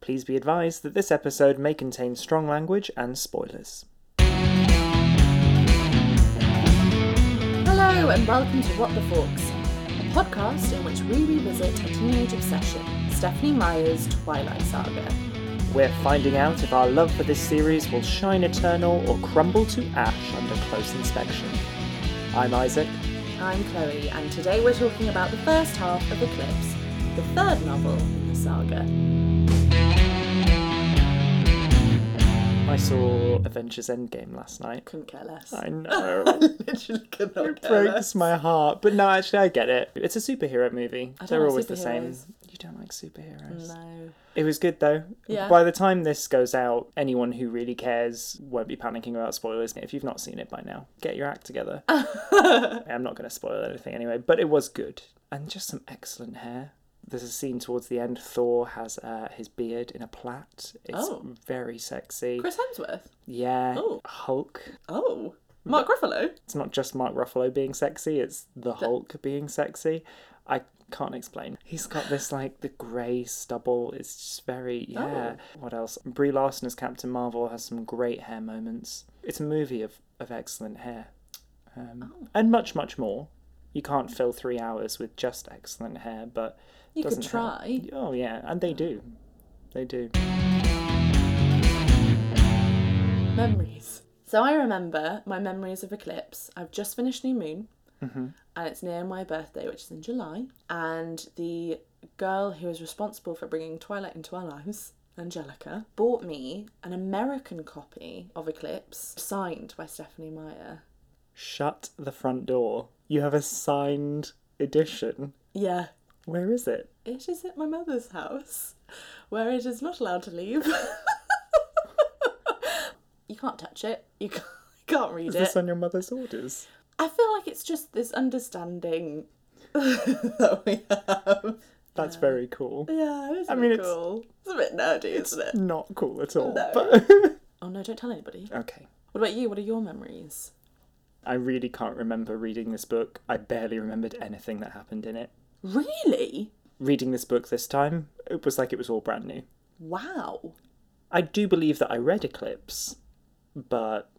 Please be advised that this episode may contain strong language and spoilers. Hello and welcome to What the Forks, a podcast in which we revisit a teenage obsession, Stephanie Meyer's Twilight Saga. We're finding out if our love for this series will shine eternal or crumble to ash under close inspection. I'm Isaac. I'm Chloe, and today we're talking about the first half of Eclipse, the third novel in the saga. I saw Avengers Endgame last night. Couldn't care less. I know. literally could not it breaks my heart. But no, actually, I get it. It's a superhero movie. don't They're like always the same. superheroes. You don't like superheroes. No. It was good though. Yeah. By the time this goes out, anyone who really cares won't be panicking about spoilers. If you've not seen it by now, get your act together. I'm not going to spoil anything anyway, but it was good. And just some excellent hair. There's a scene towards the end. Thor has uh, his beard in a plait. It's Oh. very sexy. Chris Hemsworth. Yeah. Oh. Hulk. Oh. Mark Ruffalo. It's not just Mark Ruffalo being sexy. It's the Hulk being sexy. I can't explain. He's got this like the grey stubble. It's just very yeah. Oh. What else? Brie Larson as Captain Marvel has some great hair moments. It's a movie of of excellent hair, um, Oh. and much much more. You can't fill three hours with just excellent hair, but You could doesn't hurt. try. Oh yeah, and they do, they do. Memories. So I remember my memories of Eclipse. I've just finished New Moon, Mm-hmm. and it's near my birthday, which is in July. And the girl who was responsible for bringing Twilight into our lives, Angelica, bought me an American copy of Eclipse, signed by Stephanie Meyer. Shut the front door. You have a signed edition. Yeah, Where is it? it is at my mother's house, where it is not allowed to leave. you can't touch it. You can't, you can't read Is it. this on your mother's orders? I feel like it's just this understanding that we have. That's very cool. Yeah, it's I mean, mean, it's- cool. It's a bit nerdy, isn't it? Not cool at all. No. But Oh no, don't tell anybody. okay. What about you? What are your memories? I really can't remember reading this book. I barely remembered anything that happened in it. Really? Reading this book this time, it was like it was all brand new. Wow. I do believe that I read Eclipse, but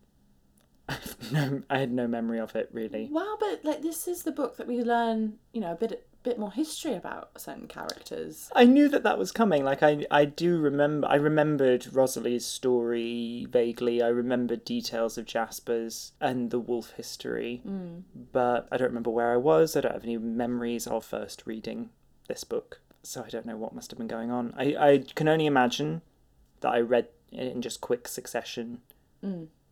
I've no, I had no memory of it really. Wow, but like this is the book that we learn, you know, a bit bit more history about certain characters. I knew that that was coming. Like I, I do remember. I remembered Rosalie's story vaguely. I remembered details of Jasper's and the wolf history, mm. but I don't remember where I was. I don't have any memories of first reading this book, so I don't know what must have been going on. I, I can only imagine that I read it in just quick succession,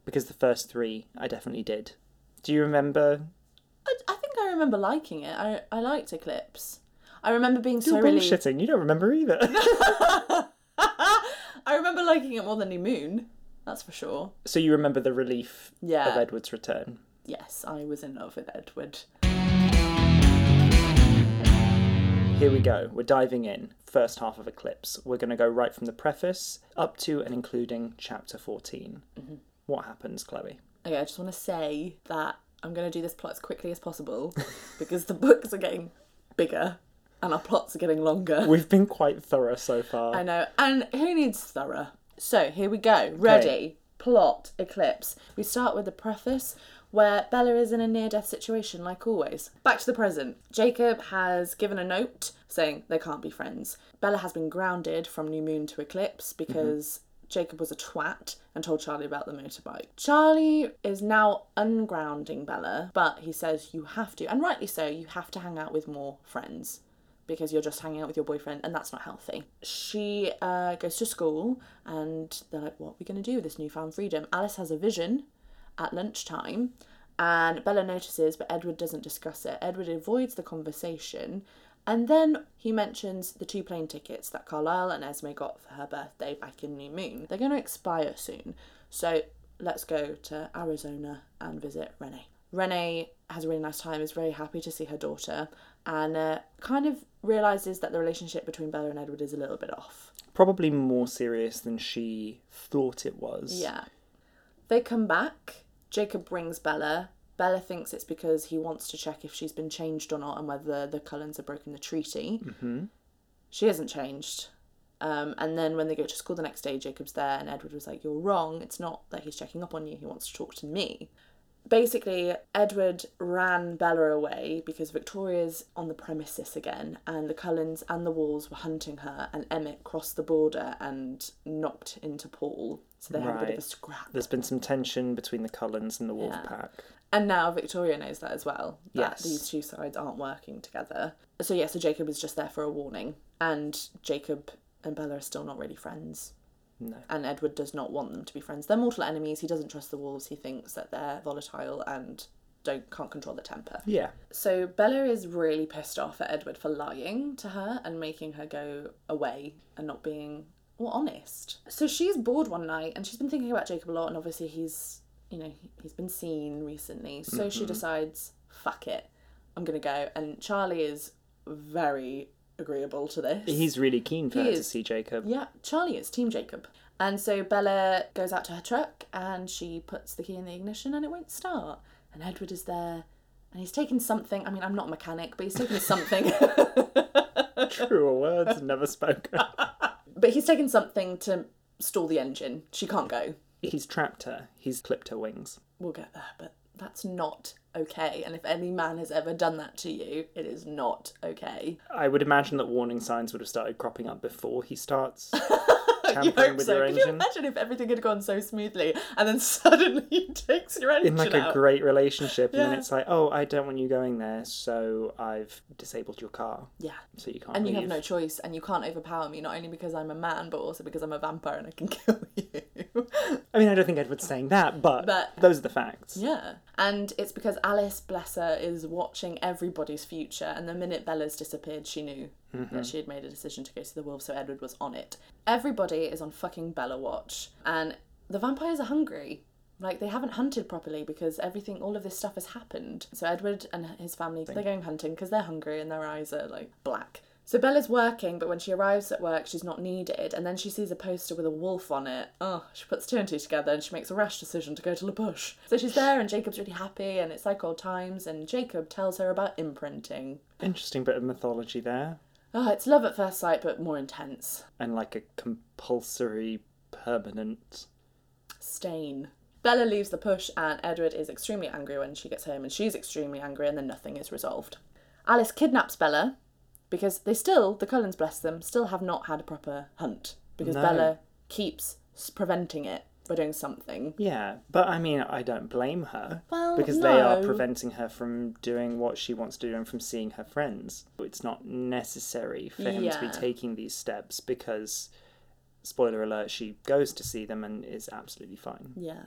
because the first three I definitely did. Do you remember? I, I think I remember liking it. I I liked Eclipse. I remember being so You're relieved. bullshitting. You don't remember either. I remember liking it more than New Moon. That's for sure. so you remember the relief of Yeah. Edward's return. Yes, I was in love with Edward. Here we go. We're diving in. First half of Eclipse. We're going to go right from the preface up to and including chapter 14. Mm-hmm. What happens, Chloe? Okay, I just want to say that I'm going to do this plot as quickly as possible because the books are getting bigger and our plots are getting longer. We've been quite thorough so far. I know. And who needs thorough? So here we go. Ready, plot, eclipse. We start with the preface where Bella is in a near death situation, like always. Back to the present. Jacob has given a note saying they can't be friends. Bella has been grounded from New Moon to Eclipse because. Jacob was a twat and told Charlie about the motorbike. Charlie is now ungrounding Bella, but he says you have to, and rightly so, you have to hang out with more friends because you're just hanging out with your boyfriend and that's not healthy. She uh, goes to school and they're like, what are we going to do with this newfound freedom? Alice has a vision at lunchtime and Bella notices, but Edward doesn't discuss it. Edward avoids the conversation and then he mentions the two plane tickets that Carlisle and Esme got for her birthday back in New Moon. They're going to expire soon. So let's go to Arizona and visit Renee. Renee has a really nice time, is very happy to see her daughter, and uh, kind of realizes that the relationship between Bella and Edward is a little bit off. Probably more serious than she thought it was. Yeah. They come back. Jacob brings Bella. Bella thinks it's because he wants to check if she's been changed or not and whether the Cullens have broken the treaty. Mm-hmm. She hasn't changed. Um, and then when they go to school the next day, Jacob's there, and Edward was like, You're wrong. It's not that he's checking up on you, he wants to talk to me. Basically, Edward ran Bella away because Victoria's on the premises again, and the Cullens and the Walls were hunting her, and Emmet crossed the border and knocked into Paul. So they had a bit of a Right. scrap. There's been some tension between the Cullens and the Wolf Pack. And now Victoria knows that as well. That Yes. these two sides aren't working together. So yeah, so Jacob is just there for a warning. And Jacob and Bella are still not really friends. No. And Edward does not want them to be friends. They're mortal enemies. He doesn't trust the wolves. He thinks that they're volatile and don't can't control their temper. Yeah. So Bella is really pissed off at Edward for lying to her and making her go away and not being well honest. So she's bored one night and she's been thinking about Jacob a lot and obviously he's you know he- he's been seen recently. So she decides fuck it. I'm going to go and Charlie is very agreeable to this. He's really keen for He her to is. see Jacob. Yeah, Charlie is Team Jacob. And so Bella goes out to her truck and she puts the key in the ignition and it won't start. And Edward is there and he's taken something. I mean, I'm not a mechanic, but he's taken something. Truer words never spoken. but he's taken something to stall the engine. She can't go. He's trapped her. He's clipped her wings. We'll get there, but that's not okay. And if any man has ever done that to you, it is not okay. I would imagine that warning signs would have started cropping up before he starts You tampering hope with so. your Could you engine. imagine if everything had gone so smoothly and then suddenly he takes your engine In like out? a great relationship, and Yeah. then it's like, oh, I don't want you going there, so I've disabled your car, yeah. so you can't And leave. you have no choice, and you can't overpower me, not only because I'm a man, but also because I'm a vampire and I can kill you. I mean, I don't think Edward's saying that, but, But- those are the facts. yeah. And it's because Alice, bless her, is watching everybody's future, and the minute Bella's disappeared, she knew that she had made a decision to go to the wolves, so Edward was on it. Everybody is on fucking Bella watch, and the vampires are hungry. Like, they haven't hunted properly because everything, all of this stuff has happened. So, Edward and his family, they're going hunting because they're hungry and their eyes are like black. So Bella's working, but when she arrives at work, she's not needed. And then she sees a poster with a wolf on it. Oh, she puts two and two together and she makes a rash decision to go to La Bush. So she's there, and Jacob's really happy, and it's like old times. And Jacob tells her about imprinting. Interesting bit of mythology there, Oh, it's love at first sight, but more intense. and like a compulsory, permanent. Stain. Bella leaves the push, and Edward is extremely angry when she gets home, and she's extremely angry, and then nothing is resolved. Alice kidnaps Bella because they still, the Cullens bless them, still have not had a proper hunt because No. Bella keeps s- preventing it by doing something. Yeah, but I mean, I don't blame her Well, because they are no. preventing her from doing what she wants to do and from seeing her friends. It's not necessary for him to be Yeah. taking these steps because, spoiler alert, she goes to see them and is absolutely fine. Yeah.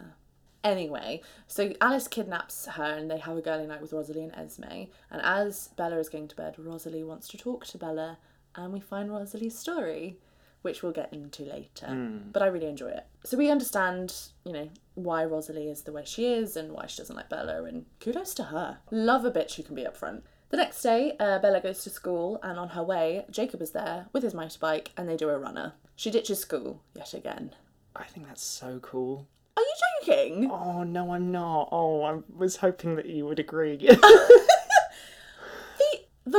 Anyway, so Alice kidnaps her and they have a girly night with Rosalie and Esme. And as Bella is going to bed, Rosalie wants to talk to Bella, and we find Rosalie's story, which we'll get into later. But I really enjoy it. So we understand, you know, why Rosalie is the way she is and why she doesn't like Bella, and kudos to her. Love a bitch who can be upfront. The next day, uh, Bella goes to school, and on her way, Jacob is there with his motorbike, and they do a runner. She ditches school yet again. I think that's so cool. Are you joking? Oh, no, I'm not. Oh, I was hoping that you would agree. the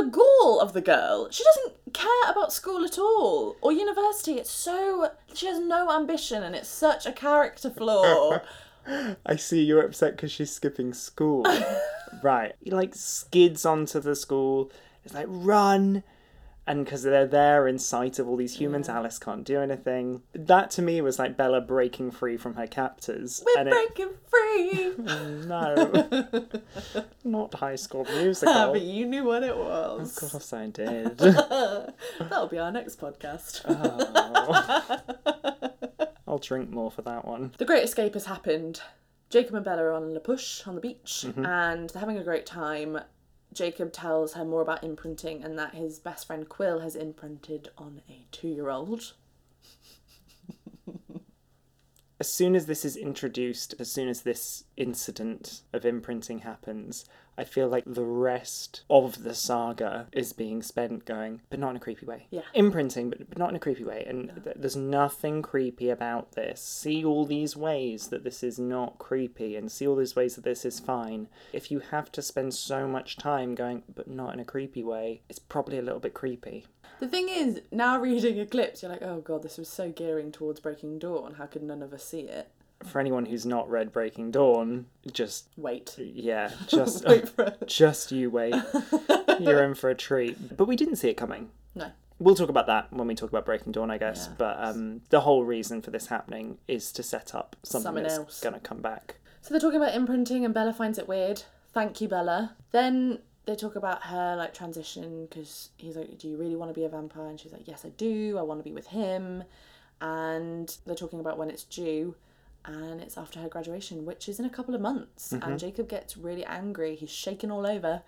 gall of the girl. She doesn't care about school at all or university. It's so she has no ambition and it's such a character flaw. I see you're upset because she's skipping school. right. He like skids onto the school. It's like, run! And because they're there in sight of all these humans, Alice can't do anything. That to me was like Bella breaking free from her captors. We're and it, breaking free. no. Not high school Ah, musical. but you knew what it was. of course I did. That'll be our next podcast. Uh-huh. I'll drink more for that one. The Great Escape has happened. Jacob and Bella are on La Push on the beach Mm-hmm. and they're having a great time. Jacob tells her more about imprinting and that his best friend Quill has imprinted on a two year old. as soon as this is introduced, as soon as this incident of imprinting happens, I feel like the rest of the saga is being spent going, but not in a creepy way. Yeah. Imprinting, but, but not in a creepy way. And th- there's nothing creepy about this. See all these ways that this is not creepy and see all these ways that this is fine. If you have to spend so much time going, but not in a creepy way, it's probably a little bit creepy. The thing is, now reading Eclipse, you're like, oh god, this was so gearing towards Breaking Dawn. How could none of us see it? For anyone who's not read Breaking Dawn, just Wait. yeah, just Wait for it. just you wait. You're in for a treat. But we didn't see it coming. No. We'll talk about that when we talk about Breaking Dawn, I guess. But um, the whole reason for this happening is to set up something Someone that's else. going to come back. So they're talking about imprinting, and Bella finds it weird. Thank you, Bella. Then they talk about her like transition because he's like, "Do you really want to be a vampire?" And she's like, "Yes, I do. I want to be with him." And they're talking about when it's due, and it's after her graduation, which is in a couple of months. Mm-hmm. And Jacob gets really angry. He's shaken all over,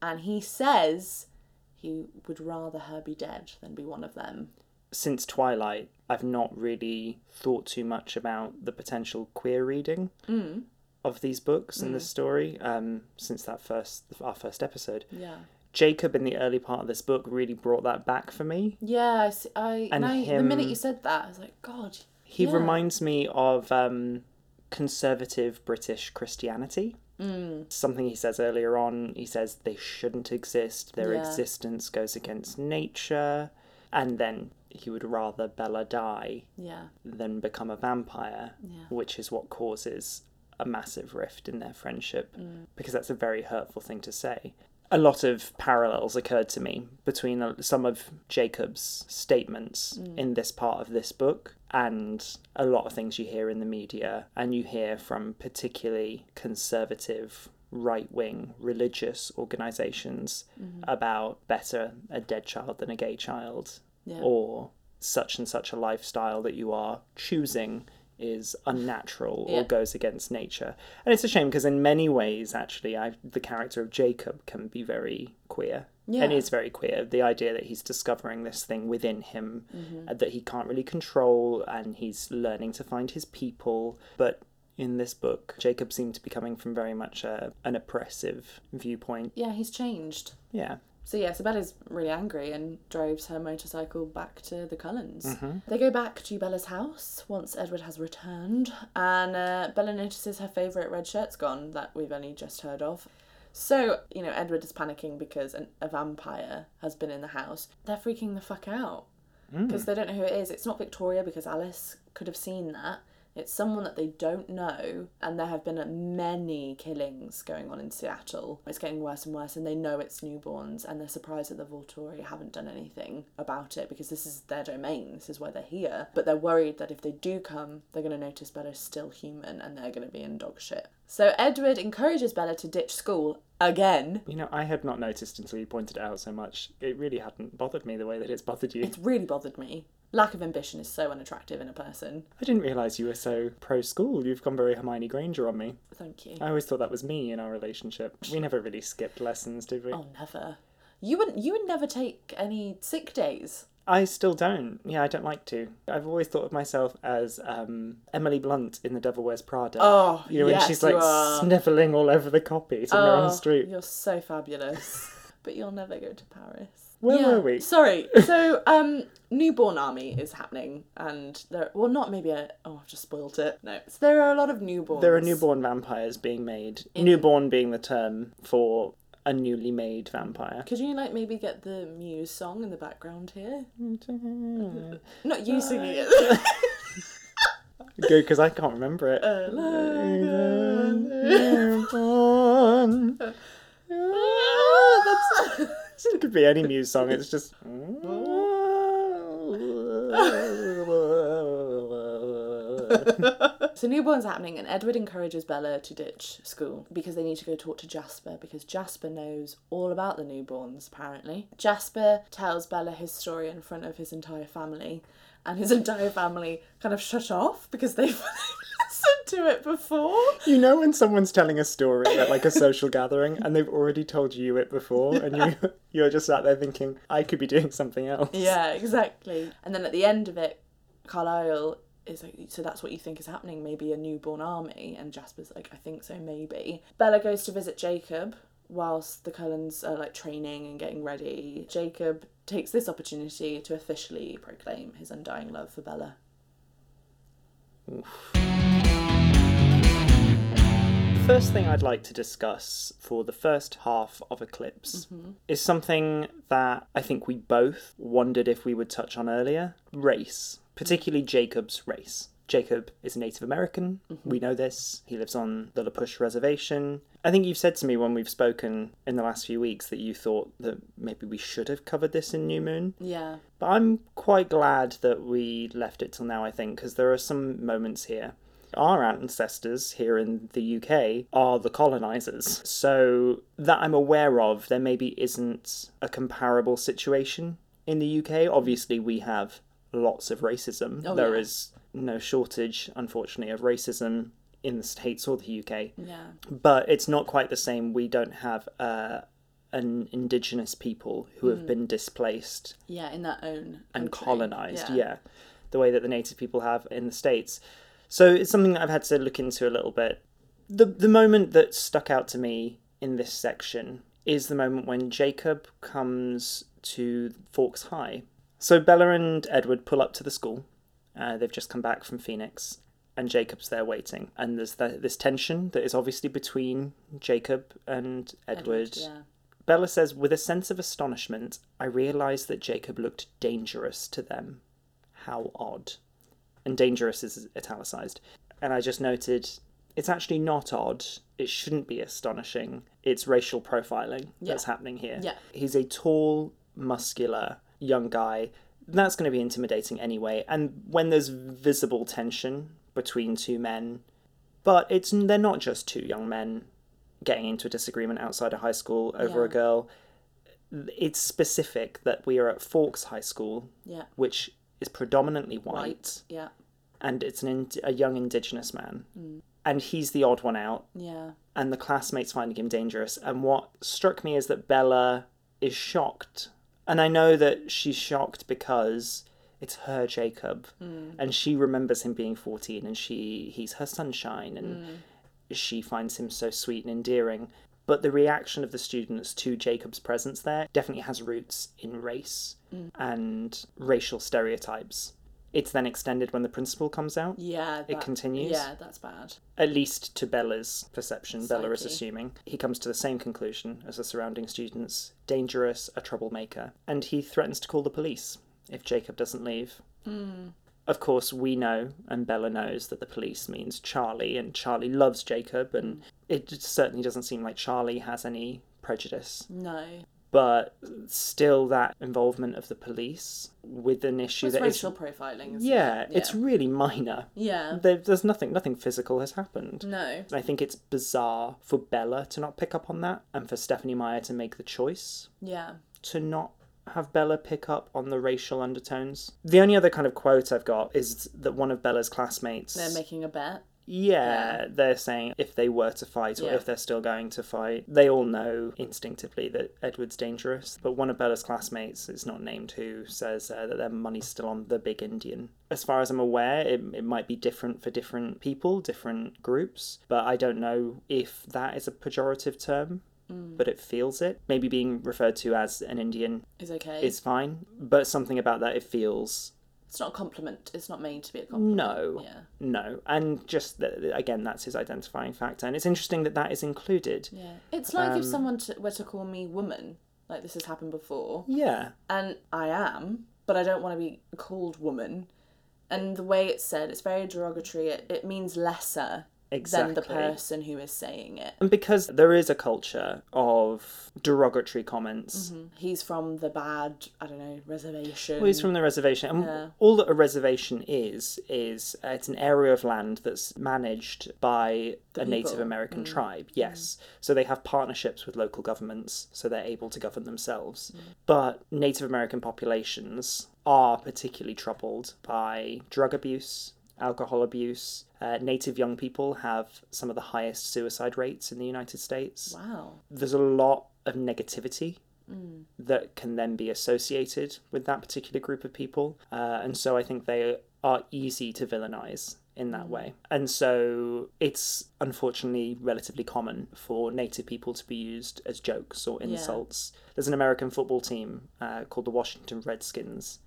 and he says he would rather her be dead than be one of them. Since Twilight, I've not really thought too much about the potential queer reading Mm. of these books and this story um, since that first our first episode. Yeah. Jacob in the early part of this book really brought that back for me. Yeah, I. See, I And now, the him- minute you said that, I was like, God. He yeah. reminds me of um, conservative British Christianity. Mm. Something he says earlier on. He says they shouldn't exist. Their Yeah. existence goes against nature. And then he would rather Bella die Yeah. than become a vampire, Yeah. which is what causes a massive rift in their friendship Mm. because that's a very hurtful thing to say. A lot of parallels occurred to me between uh, some of Jacob's statements Mm. in this part of this book and a lot of things you hear in the media and you hear from particularly conservative right wing religious organizations Mm-hmm. about better a dead child than a gay child Yeah. or such and such a lifestyle that you are choosing is unnatural or Yeah. goes against nature. And it's a shame because in many ways actually I the character of Jacob can be very queer. Yeah. And is very queer. The idea that he's discovering this thing within him Mm-hmm. uh, that he can't really control and he's learning to find his people, but in this book, Jacob seemed to be coming from very much a, an oppressive viewpoint. Yeah, he's changed. Yeah. So yeah, Sabella's really angry and drives her motorcycle back to the Cullens. They go back to Bella's house once Edward has returned, and uh, Bella notices her favourite red shirt's gone that we've only just heard of. So you know Edward is panicking because an, a vampire has been in the house. They're freaking the fuck out because they don't know who it is. It's not Victoria because Alice could have seen that. It's someone that they don't know, and there have been many killings going on in Seattle. It's getting worse and worse, and they know it's newborns, and they're surprised that the Volturi haven't done anything about it because this is their domain, this is why they're here. But they're worried that if they do come, they're going to notice Bella's still human and they're going to be in dog shit. So Edward encourages Bella to ditch school again. You know, I had not noticed until you pointed it out so much. It really hadn't bothered me the way that it's bothered you. It's really bothered me. Lack of ambition is so unattractive in a person. I didn't realise you were so pro school. You've gone very Hermione Granger on me. Thank you. I always thought that was me in our relationship. We never really skipped lessons, did we? Oh, never. You wouldn't. You would never take any sick days. I still don't. Yeah, I don't like to. I've always thought of myself as um, Emily Blunt in The Devil Wears Prada. Oh, you know, when she's yes, like you are. Oh, snivelling all over the copy somewhere on the street. You're so fabulous, but you'll never go to Paris. Where were we? Sorry. So, um, newborn army is happening, and there. Well, not maybe. A, oh, I've just spoiled it. No, so there are a lot of newborns. There are newborn vampires being made. Newborn being the term for a newly made vampire. Could you like maybe get the Muse song in the background here? Uh, Not you singing it. Good, because I can't remember it. it could be any Muse song. It's just. So newborn's happening, and Edward encourages Bella to ditch school because they need to go talk to Jasper because Jasper knows all about the newborns, apparently. Jasper tells Bella his story in front of his entire family, and his entire family kind of shut off because they've listened to it before. you know when someone's telling a story at like a social gathering and they've already told you it before, and you you're just sat there thinking, I could be doing something else. Yeah, exactly. And then at the end of it, Carlisle is like, so that's what you think is happening? Maybe a newborn army? And Jasper's like, I think so, maybe. Bella goes to visit Jacob whilst the Cullens are like training and getting ready. Jacob takes this opportunity to officially proclaim his undying love for Bella. first thing I'd like to discuss for the first half of Eclipse is something that I think we both wondered if we would touch on earlier race, particularly Jacob's race. Jacob is Native American. We know this. He lives on the Lapush Reservation. I think you've said to me when we've spoken in the last few weeks that you thought that maybe we should have covered this in New Moon. Yeah. But I'm quite glad that we left it till now, I think, because there are some moments here. Our ancestors here in the UK are the colonizers. So, that I'm aware of, there maybe isn't a comparable situation in the UK. Obviously, we have lots of racism. There is yeah. no shortage, unfortunately, of racism in the States or the UK Yeah. but it's not quite the same. We don't have uh, an indigenous people who have been displaced Yeah, in their own and country. colonized. Yeah. Yeah. the way that the native people have in the states. So it's something that I've had to look into a little bit. The the moment that stuck out to me in this section is the moment when Jacob comes to Forks High. So Bella and Edward pull up to the school. Uh, they've just come back from Phoenix, and Jacob's there waiting. And there's th this tension that is obviously between Jacob and Edward. Yeah. Bella says, with a sense of astonishment, I realised that Jacob looked dangerous to them. How odd. And dangerous is italicised. And I just noted, it's actually not odd. It shouldn't be astonishing. It's racial profiling that's happening here. Yeah. He's a tall, muscular, young guy. That's going to be intimidating anyway. And when there's visible tension between two men, but it's they're not just two young men getting into a disagreement outside of high school over Yeah. a girl. It's specific that we are at Forks High School, Yeah. which is predominantly white, Yeah. and it's an ind- a young Indigenous man, and he's the odd one out, Yeah. and the classmates finding him dangerous. And what struck me is that Bella is shocked, and I know that she's shocked because it's her Jacob, Mm. and she remembers him being fourteen, and she he's her sunshine, and Mm. she finds him so sweet and endearing. But the reaction of the students to Jacob's presence there definitely has roots in race Mm. and racial stereotypes. It's then extended when the principal comes out, Yeah. That, continues? Yeah, that's bad. at least to Bella's perception, Bella is Psyche. assuming. He comes to the same conclusion as the surrounding students dangerous, a troublemaker, and he threatens to call the police if Jacob doesn't leave. Of course, we know, and Bella knows, that the police means Charlie, and Charlie loves Jacob, and it just certainly doesn't seem like Charlie has any prejudice. No. But still, that involvement of the police with an issue It's that is. racial profiling. Isn't Yeah, It? it's really minor. Yeah. There, there's nothing, nothing physical has happened. No. I think it's bizarre for Bella to not pick up on that and for Stephanie Meyer to make the choice Yeah. to not have Bella pick up on the racial undertones. The only other kind of quote I've got is that one of Bella's classmates They're making a bet. yeah, they're saying if they were to fight or Yeah. if they're still going to fight, they all know instinctively that Edward's dangerous. But one of Bella's classmates, it's not named who, says uh, that their money's still on the big Indian. As far as I'm aware, it, it might be different for different people, different groups, but I don't know if that is a pejorative term. Mm. But it feels it. Maybe being referred to as an Indian Is okay. is fine, but something about that it feels It's not a compliment. It's not made to Mm. be a compliment. no. Yeah. No. And just that, again, that's his identifying factor. And it's interesting that that is included. Yeah. It's like Um, if someone t- were to call me woman, like this has happened before, Yeah. and I am, but I don't want to be called woman. And the way it's said, it's very derogatory. It, it means lesser than the Exactly. person who is saying it. And because there is a culture of derogatory comments, He's from the bad, I don't know, reservation. Well, he's from the reservation, and all that a reservation is is uh, it's an area of land that's managed by a Native people. American tribe. Yes, so they have partnerships with local governments, so they're able to govern themselves. But Native American populations are particularly troubled by drug abuse. Alcohol abuse. Uh, Native young people have some of the highest suicide rates in the United States wow. there's a lot of negativity that can then be associated with that particular group of people. Uh, and so I think they are easy to villainize in that way. And so it's unfortunately relatively common for native people to be used as jokes or insults. There's an American football team uh, called the Washington Redskins.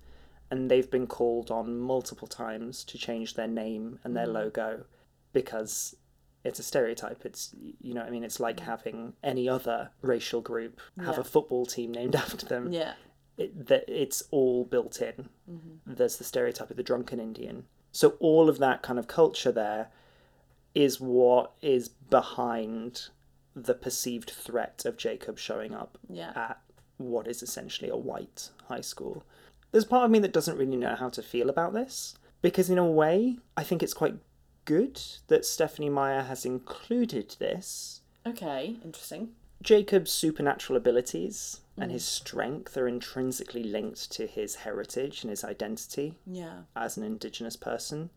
And they've been called on multiple times to change their name and their logo because it's a stereotype. It's you know, what I mean, it's like having any other racial group have a football team named after them. Yeah. It, that it's all built in. There's the stereotype of the drunken Indian. So all of that kind of culture there is what is behind the perceived threat of Jacob showing up Yeah. at what is essentially a white high school. There's part of me that doesn't really know how to feel about this because, in a way, I think it's quite good that Stephanie Meyer has included this. Okay, interesting. Jacob's supernatural abilities and his strength are intrinsically linked to his heritage and his identity Yeah. as an indigenous person.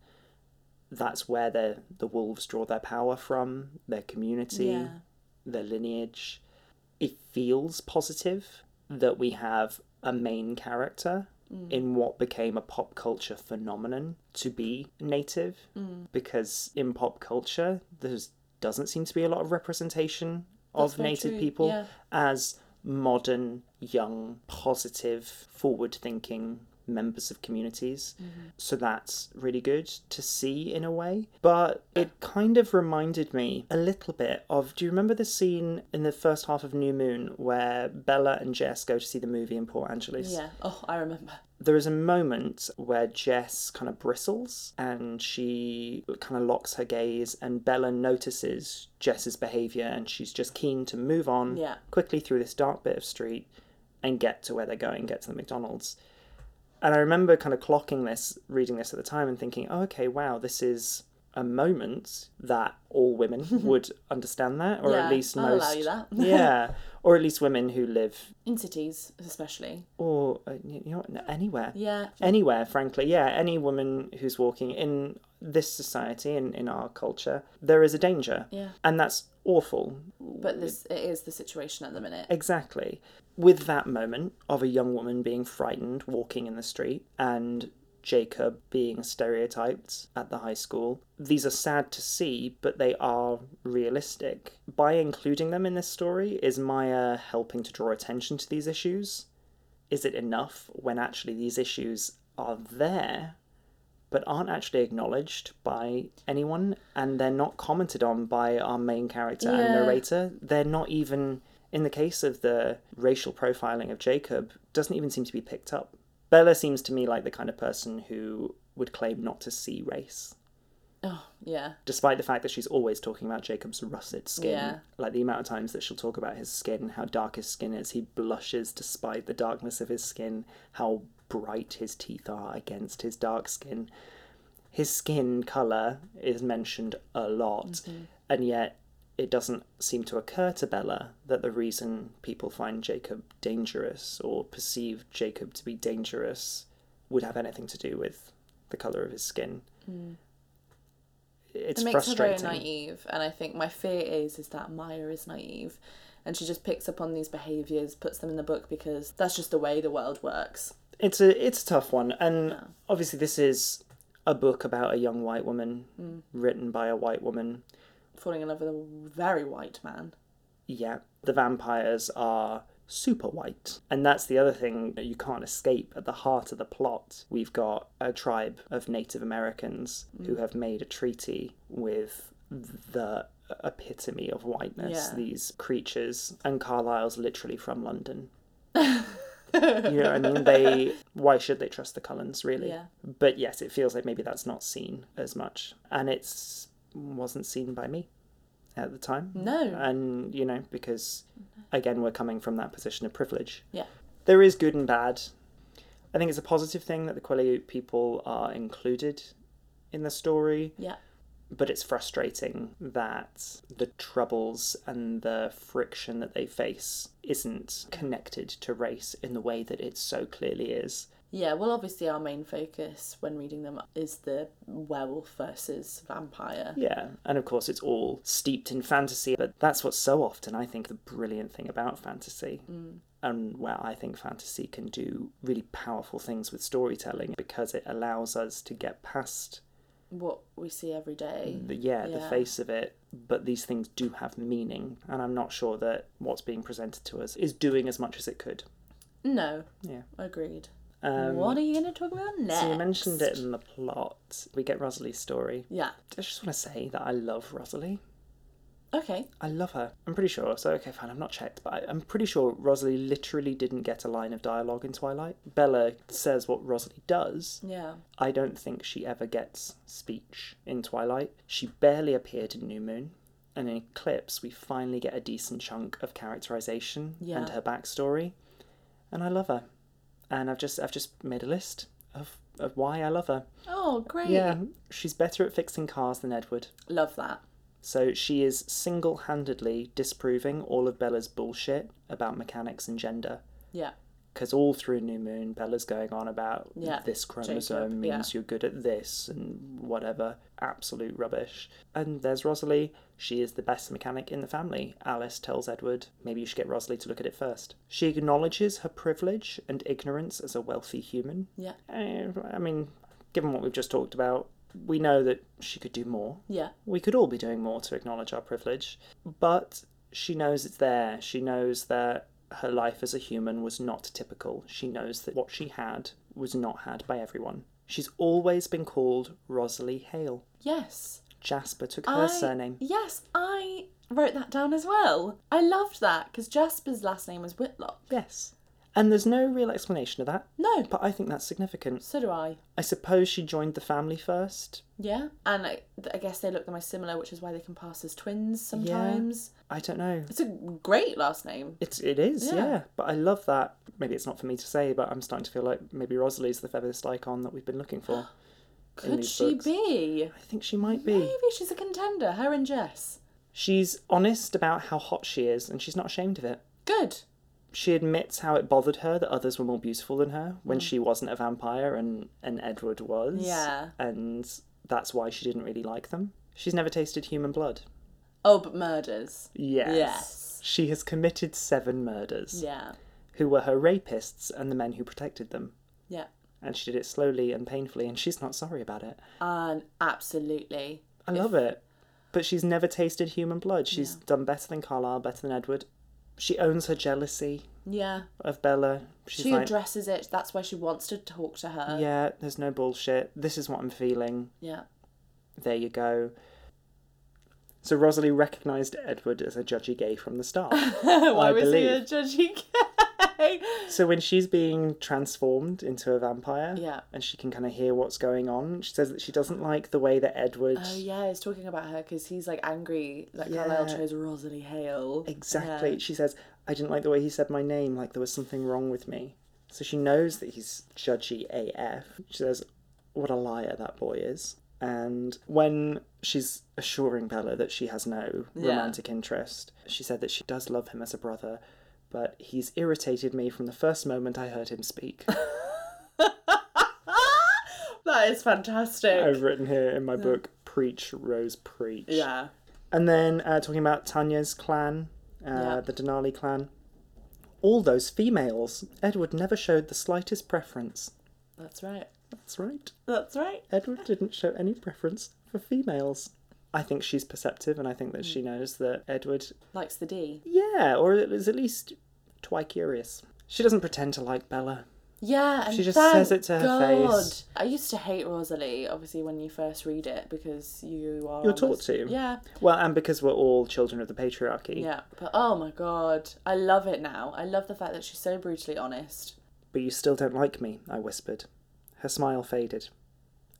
That's where the the wolves draw their power from, their community, Yeah. their lineage. It feels positive that we have a main character Mm. in what became a pop culture phenomenon to be native, Mm. because in pop culture there doesn't seem to be a lot of representation That's of very native true, people yeah. as modern, young, positive, forward thinking members of communities. So that's really good to see in a way. But it kind of reminded me a little bit of do you remember the scene in the first half of New Moon where Bella and Jess go to see the movie in Port Angeles? Yeah. Oh, I remember. There is a moment where Jess kind of bristles and she kind of locks her gaze, and Bella notices Jess's behavior and she's just keen to move on Yeah. quickly through this dark bit of street and get to where they're going, get to the McDonald's. And I remember kind of clocking this, reading this at the time, and thinking, oh, okay, wow, this is a moment that all women would understand that, or Yeah, at least I'll allow most. you that. yeah, or at least women who live, In cities, especially. or uh, you know, what, anywhere Yeah. anywhere frankly yeah any woman who's walking in this society in, in our culture there is a danger Yeah. and that's awful But this it is the situation at the minute. exactly with that moment of a young woman being frightened walking in the street and jacob being stereotyped at the high school these are sad to see but they are realistic by including them in this story is maya helping to draw attention to these issues is it enough when actually these issues are there but aren't actually acknowledged by anyone and they're not commented on by our main character and Yeah. narrator they're not even in the case of the racial profiling of jacob doesn't even seem to be picked up bella seems to me like the kind of person who would claim not to see race Oh, yeah. despite the fact that she's always talking about jacob's russet skin Yeah. like the amount of times that she'll talk about his skin how dark his skin is he blushes despite the darkness of his skin how bright his teeth are against his dark skin his skin color is mentioned a lot, Mm-hmm. and yet it doesn't seem to occur to Bella that the reason people find Jacob dangerous or perceive Jacob to be dangerous would have anything to do with the color of his skin. It's Mm. It makes her very frustrating. naive, and I think my fear is is that Maya is naive, and she just picks up on these behaviors, puts them in the book because that's just the way the world works. it's a it's a tough one, and obviously this is a book about a young white woman Mm. written by a white woman. Falling in love with a very white man. Yeah, the vampires are super white. And that's the other thing that you can't escape at the heart of the plot. We've got a tribe of Native Americans Mm. who have made a treaty with the epitome of whiteness, Yeah. these creatures. And Carlyle's literally from London. you know what I mean? They why should they trust the Cullens really? Yeah. But yes, it feels like maybe that's not seen as much. And it's wasn't seen by me at the time. No. And, you know, because again, we're coming from that position of privilege. Yeah. There is good and bad. I think it's a positive thing that the Quileute people are included in the story, Yeah. but it's frustrating that the troubles and the friction that they face isn't connected to race in the way that it so clearly is. Yeah, well, obviously, our main focus when reading them is the werewolf versus vampire. Yeah, and of course it's all steeped in fantasy, but that's what's so often I think the brilliant thing about fantasy. Mm. And where I think fantasy can do really powerful things with storytelling because it allows us to get past What we see every day. the yeah, the Mm. Yeah. face of it. But these things do have meaning, and I'm not sure that what's being presented to us is doing as much as it could. No, Mm. Yeah. agreed. Um, what are you going to talk about next? so you mentioned it in the plot. We get Rosalie's story. Yeah. I just want to say that I love Rosalie. Okay. I love her. I'm pretty sure. So, okay, fine, I've not checked, but I, I'm pretty sure Rosalie literally didn't get a line of dialogue in Twilight. Bella says what Rosalie does. Yeah. I don't think she ever gets speech in Twilight. She barely appeared in New Moon. And in Eclipse, we finally get a decent chunk of characterization and Yeah. her backstory. And I love her. And I've just I've just made a list of, of why I love her. Oh, great. Yeah. She's better at fixing cars than Edward. Love that. So she is single handedly disproving all of Bella's bullshit about mechanics and gender. Yeah. Because all through New Moon, Bella's going on about Yeah, this chromosome Jacob, yeah. means you're good at this and whatever. Absolute rubbish. And there's Rosalie. She is the best mechanic in the family. Alice tells Edward, maybe you should get Rosalie to look at it first. She acknowledges her privilege and ignorance as a wealthy human. Yeah. Eh, I mean, given what we've just talked about, we know that she could do more. Yeah. We could all be doing more to acknowledge our privilege, but she knows it's there. She knows that her life as a human was not typical. She knows that what she had was not had by everyone. She's always been called Rosalie Hale. Yes. Jasper took her I- surname. Yes, I wrote that down as well. I loved that because Jasper's last name was Whitlock. Yes. And there's no real explanation of that, No, but I think that's significant. so do I. I suppose she joined the family first. Yeah, and I, I guess they look the most similar, which is why they can pass as twins sometimes. I don't know. It's a great last name. It's it is, yeah. Yeah. But I love that. Maybe it's not for me to say, but I'm starting to feel like maybe Rosalie's the feminist icon that we've been looking for. Could these she books. be? I think she might Maybe be. she's a contender. Her and Jess. She's honest about how hot she is, and she's not ashamed of it. Good. She admits how it bothered her that others were more beautiful than her when Mm. she wasn't a vampire and, and Edward was. Yeah. And that's why she didn't really like them. She's never tasted human blood. Oh, but murders. Yes. Yes. She has committed seven murders, Yeah. who were her rapists and the men who protected them. Yeah. and she did it slowly and painfully and she's not sorry about it And absolutely. i love it but she's never tasted human blood she's done better than carlisle better than edward she owns her jealousy Yeah. of bella she's She like addresses it. That's why she wants to talk to her. yeah there's no bullshit this is what i'm feeling Yeah. there you go so rosalie recognized edward as a judgy gay from the start Why I was believe. he a judgy gay? so when she's being transformed into a vampire Yeah. and she can kind of hear what's going on she says that she doesn't like the way that edward Oh yeah, he's talking about her because he's like angry that Yeah. Carlisle chose Rosalie Hale. Exactly. Yeah. She says, I didn't like the way he said my name, like there was something wrong with me. So she knows that he's judgy AF. She says, What a liar that boy is. And when she's assuring Bella that she has no Yeah. romantic interest, she said that she does love him as a brother, but he's irritated me from the first moment I heard him speak. That is fantastic. I've written here in my book, Preach, Rose, Preach. Yeah. And then uh, talking about Tanya's clan, uh, Yeah. the Denali clan, all those females, Edward never showed the slightest preference. That's right. That's right, That's right. Edward didn't show any preference for females. I think she's perceptive, and I think that Mm. she knows that Edward, Likes the D. yeah, or is at least twi curious. She doesn't pretend to like Bella. Yeah, and She just thank says it to her God. face. I used to hate Rosalie, obviously, when you first read it because you are You're on taught this- to. Yeah, Well, and because we're all children of the patriarchy, yeah. But oh my god, I love it now. I love the fact that she's so brutally honest. But you still don't like me, I whispered. Her smile faded.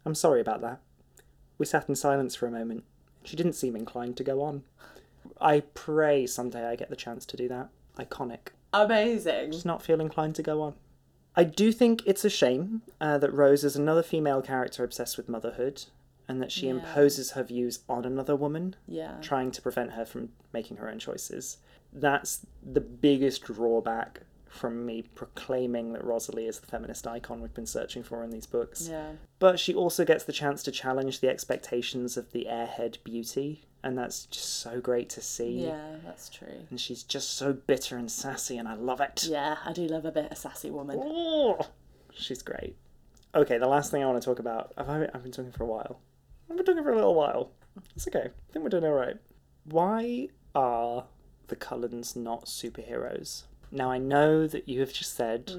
I'm sorry about that. We sat in silence for a moment. She didn't seem inclined to go on. I pray someday I get the chance to do that. Iconic. Amazing. Does not feel inclined to go on. I do think it's a shame uh, that Rose is another female character obsessed with motherhood and that she Yeah. imposes her views on another woman Yeah. trying to prevent her from making her own choices. That's the biggest drawback from me proclaiming that Rosalie is the feminist icon we've been searching for in these books. Yeah. But she also gets the chance to challenge the expectations of the airhead beauty, and that's just so great to see. Yeah, that's true. And she's just so bitter and sassy, and I love it. Yeah, I do love a bit of sassy woman. Oh, she's great. Okay, the last thing I want to talk about. I've, I've been talking for a while. I've been talking for a little while. It's okay. I think we're doing all right. Why are the Cullens not superheroes? Now, I know that you have just said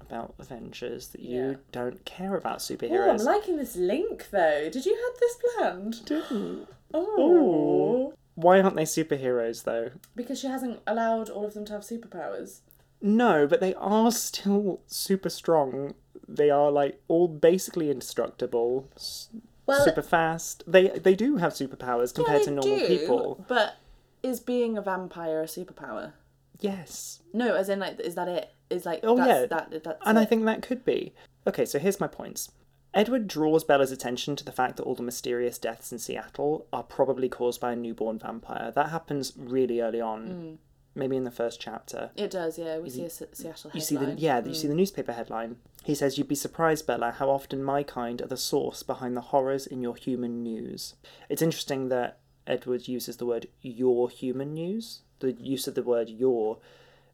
about Avengers that you Yeah. don't care about Oh, I'm superheroes. liking this link though. Did you have this planned? Didn't. Oh. Why aren't they superheroes though? Because she hasn't allowed all of them to have superpowers. No, but they are still super strong. They are like all basically indestructible, s- Well- super fast. They they do have superpowers compared to Uh, They normal do, people. But is being a vampire a superpower? Yes. No, as in like is that it? Is like Oh, that's, yeah. that that's And it. I think that could be. Okay, so here's my points. Edward draws Bella's attention to the fact that all the mysterious deaths in Seattle are probably caused by a newborn vampire. That happens really early on, Hmm. maybe in the first chapter. it does. Yeah, we see a Se- Seattle headline. Hmm. You see the yeah, you see the newspaper headline. He says you'd be surprised, Bella, how often my kind are the source behind the horrors in your human news. It's interesting that Edward uses the word your human news. The use of the word your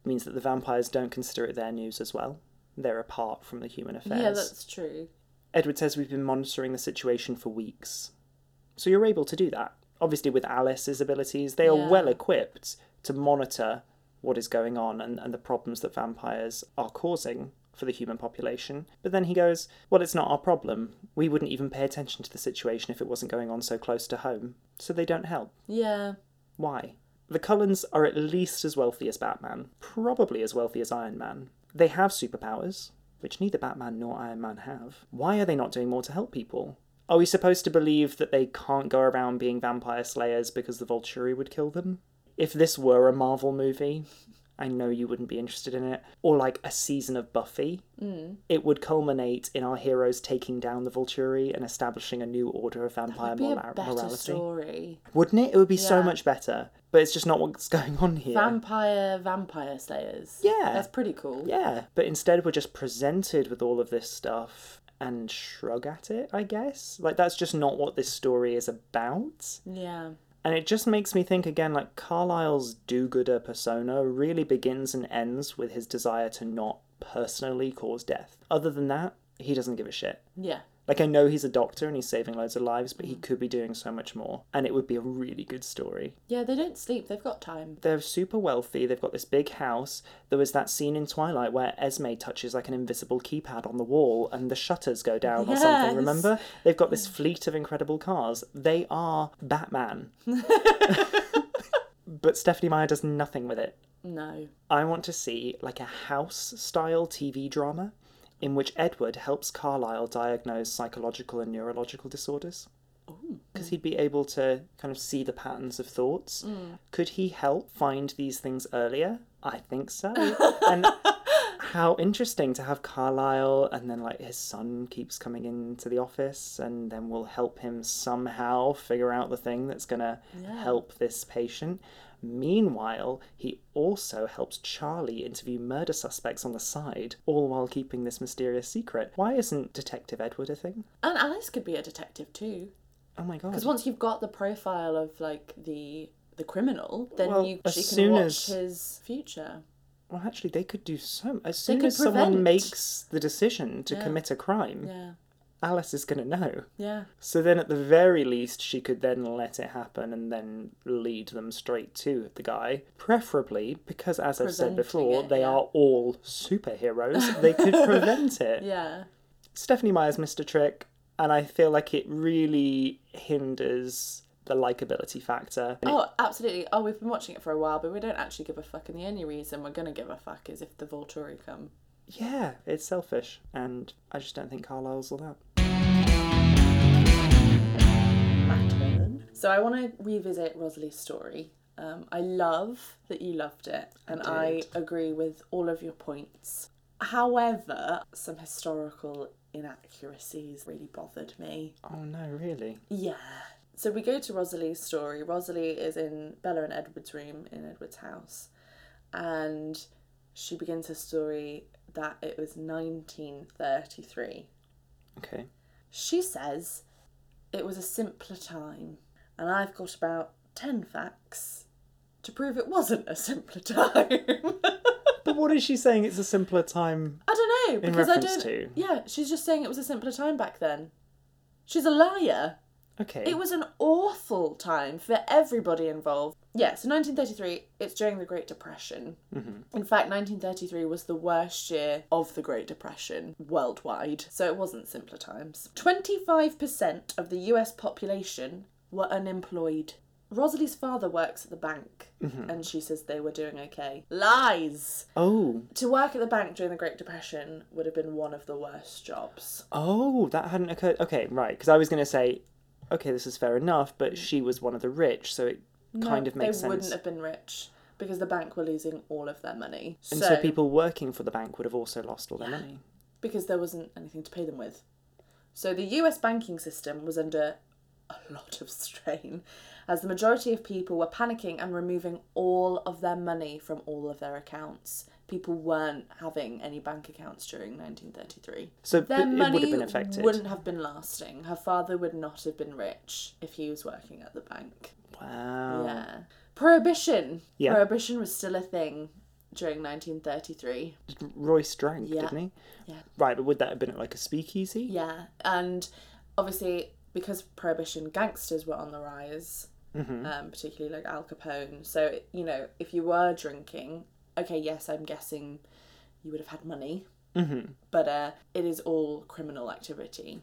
means that the vampires don't consider it their news as well. They're apart from the human affairs. yeah, that's true. Edward says we've been monitoring the situation for weeks. So you're able to do that. Obviously, with Alice's abilities, they Yeah. are well equipped to monitor what is going on and, and the problems that vampires are causing for the human population. But then he goes, Well, it's not our problem. We wouldn't even pay attention to the situation if it wasn't going on so close to home. So they don't help. Yeah, Why? The Cullens are at least as wealthy as Batman, probably as wealthy as Iron Man. They have superpowers, which neither Batman nor Iron Man have. Why are they not doing more to help people? Are we supposed to believe that they can't go around being vampire slayers because the Volturi would kill them? If this were a Marvel movie, I know you wouldn't be interested in it, or like a season of Buffy, Mm. it would culminate in our heroes taking down the Volturi and establishing a new order of vampire be a mora- better morality story. wouldn't it? It would be Yeah. so much better. But it's just not what's going on here. Vampire, vampire slayers. Yeah. that's pretty cool. yeah. But instead, we're just presented with all of this stuff and shrug at it, I guess. Like, that's just not what this story is about. yeah. And it just makes me think again, like, Carlyle's do gooder persona really begins and ends with his desire to not personally cause death. Other than that, he doesn't give a shit. Yeah. Like, I know he's a doctor and he's saving loads of lives, but he could be doing so much more. And it would be a really good story. Yeah, they don't sleep. They've got time. they're super wealthy. They've got this big house. There was that scene in Twilight where Esme touches like an invisible keypad on the wall and the shutters go down or Yes. something. Remember? They've got this fleet of incredible cars. They are Batman. but Stephanie Meyer does nothing with it. No. I want to see like a house style TV drama in which Edward helps Carlyle diagnose psychological and neurological disorders. Because he'd be able to kind of see the patterns of thoughts. Could he help find these things earlier? I think so. and how interesting to have Carlyle and then like his son keeps coming into the office and then we'll help him somehow figure out the thing that's gonna help this patient. Meanwhile, he also helps Charlie interview murder suspects on the side, all while keeping this mysterious secret. Why isn't Detective Edward a thing? And Alice could be a detective too. Oh my god. Because once you've got the profile of like the the criminal, then Well, you as she can soon watch as- his future. Well, actually, they could do so. As soon could as someone prevent. makes the decision to Yeah. commit a crime, Yeah. Alice is gonna know. Yeah. So then, at the very least, she could then let it happen and then lead them straight to the guy. Preferably, because as I've Preventing said before, it, they yeah. are all superheroes, they could prevent it. Yeah. Stephanie Meyer's missed a trick, and I feel like it really hinders the likability factor. And it- Oh, absolutely. Oh, we've been watching it for a while, but we don't actually give a fuck. And the only reason we're gonna give a fuck is if the Volturi come. yeah, it's selfish, and I just don't think Carlisle's all that. So I want to revisit Rosalie's story. Um, I love that you loved it, and I, agree with all of your points. However, some historical inaccuracies really bothered me. Oh no, really? Yeah. So we go to Rosalie's story. Rosalie is in Bella and Edward's room in Edward's house, and she begins her story that it was 1933. Okay. She says it was a simpler time, and I've got about 10 facts to prove it wasn't a simpler time. But what is she saying? It's a simpler time. I don't know, because I reference don't. to? Yeah, she's just saying it was a simpler time back then. She's a liar. Okay. It was an awful time for everybody involved. Yeah, so 1933, it's during the Great Depression. In fact, 1933 was the worst year of the Great Depression worldwide, so it wasn't simpler times. 25% of the US population were unemployed. Rosalie's father works at the bank, and she says they were doing okay. Lies! Oh, To work at the bank during the Great Depression would have been one of the worst jobs. oh, that hadn't occurred. Okay, right. Because I was going to say, okay, this is fair enough, but she was one of the rich, so it kind of makes they sense. wouldn't have been rich because the bank were losing all of their money. And so, so people working for the bank would have also lost all their money. because there wasn't anything to pay them with. So the US banking system was under a lot of strain as the majority of people were panicking and removing all of their money from all of their accounts. People weren't having any bank accounts during 1933. So Their it money would have been affected. wouldn't have been lasting. Her father would not have been rich if he was working at the bank. Wow. Yeah. Um, Prohibition. Yeah. Prohibition was still a thing during 1933. Royce drank, Yeah. didn't he? Yeah. Right, but would that have been at like a speakeasy? Yeah. And obviously, because prohibition, gangsters were on the rise, um, particularly like Al Capone. So, you know, if you were drinking, okay, yes, I'm guessing you would have had money. Mm-hmm. But uh, it is all criminal activity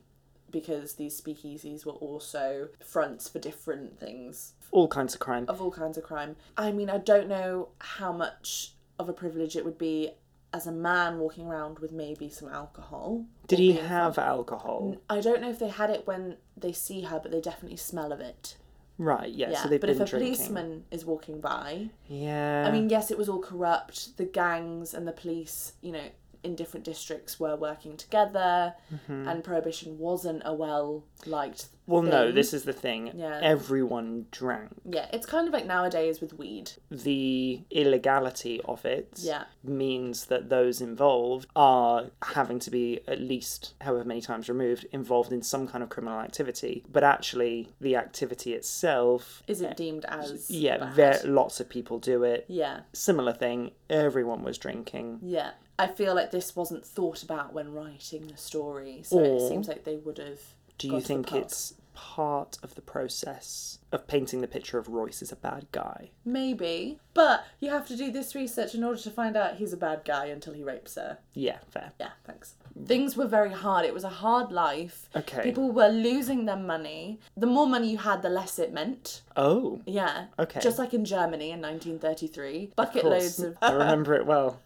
because these speakeasies were also fronts for different things All kinds of crime. of all kinds of crime. I mean, I don't know how much of a privilege it would be as a man walking around with maybe some alcohol. Did he have alcohol? I don't know if they had it when they see her, but they definitely smell of it. Right, yeah, Yeah, so they've but been if a drinking. policeman is walking by, yeah. I mean, yes, it was all corrupt. The gangs and the police, you know, in different districts were working together, and prohibition wasn't a well liked. Mm-hmm. well, no, this is the thing. Yeah. Everyone drank. Yeah, it's kind of like nowadays with weed. The illegality of it Yeah. means that those involved are having to be at least however many times removed involved in some kind of criminal activity. But actually, the activity itself, Isn't deemed as yeah, bad. there, lots of people do it. yeah. Similar thing, everyone was drinking. Yeah. I feel like this wasn't thought about when writing the story, so Or- it seems like they would have. Do gone you to the think pub. it's part of the process of painting the picture of Royce as a bad guy? Maybe. But you have to do this research in order to find out he's a bad guy until he rapes her. Yeah, fair. Yeah, thanks. Things were very hard. It was a hard life. Okay. People were losing their money. The more money you had, the less it meant. Oh, Yeah. Okay. Just like in Germany in 1933, bucket of loads course. of. I remember it well.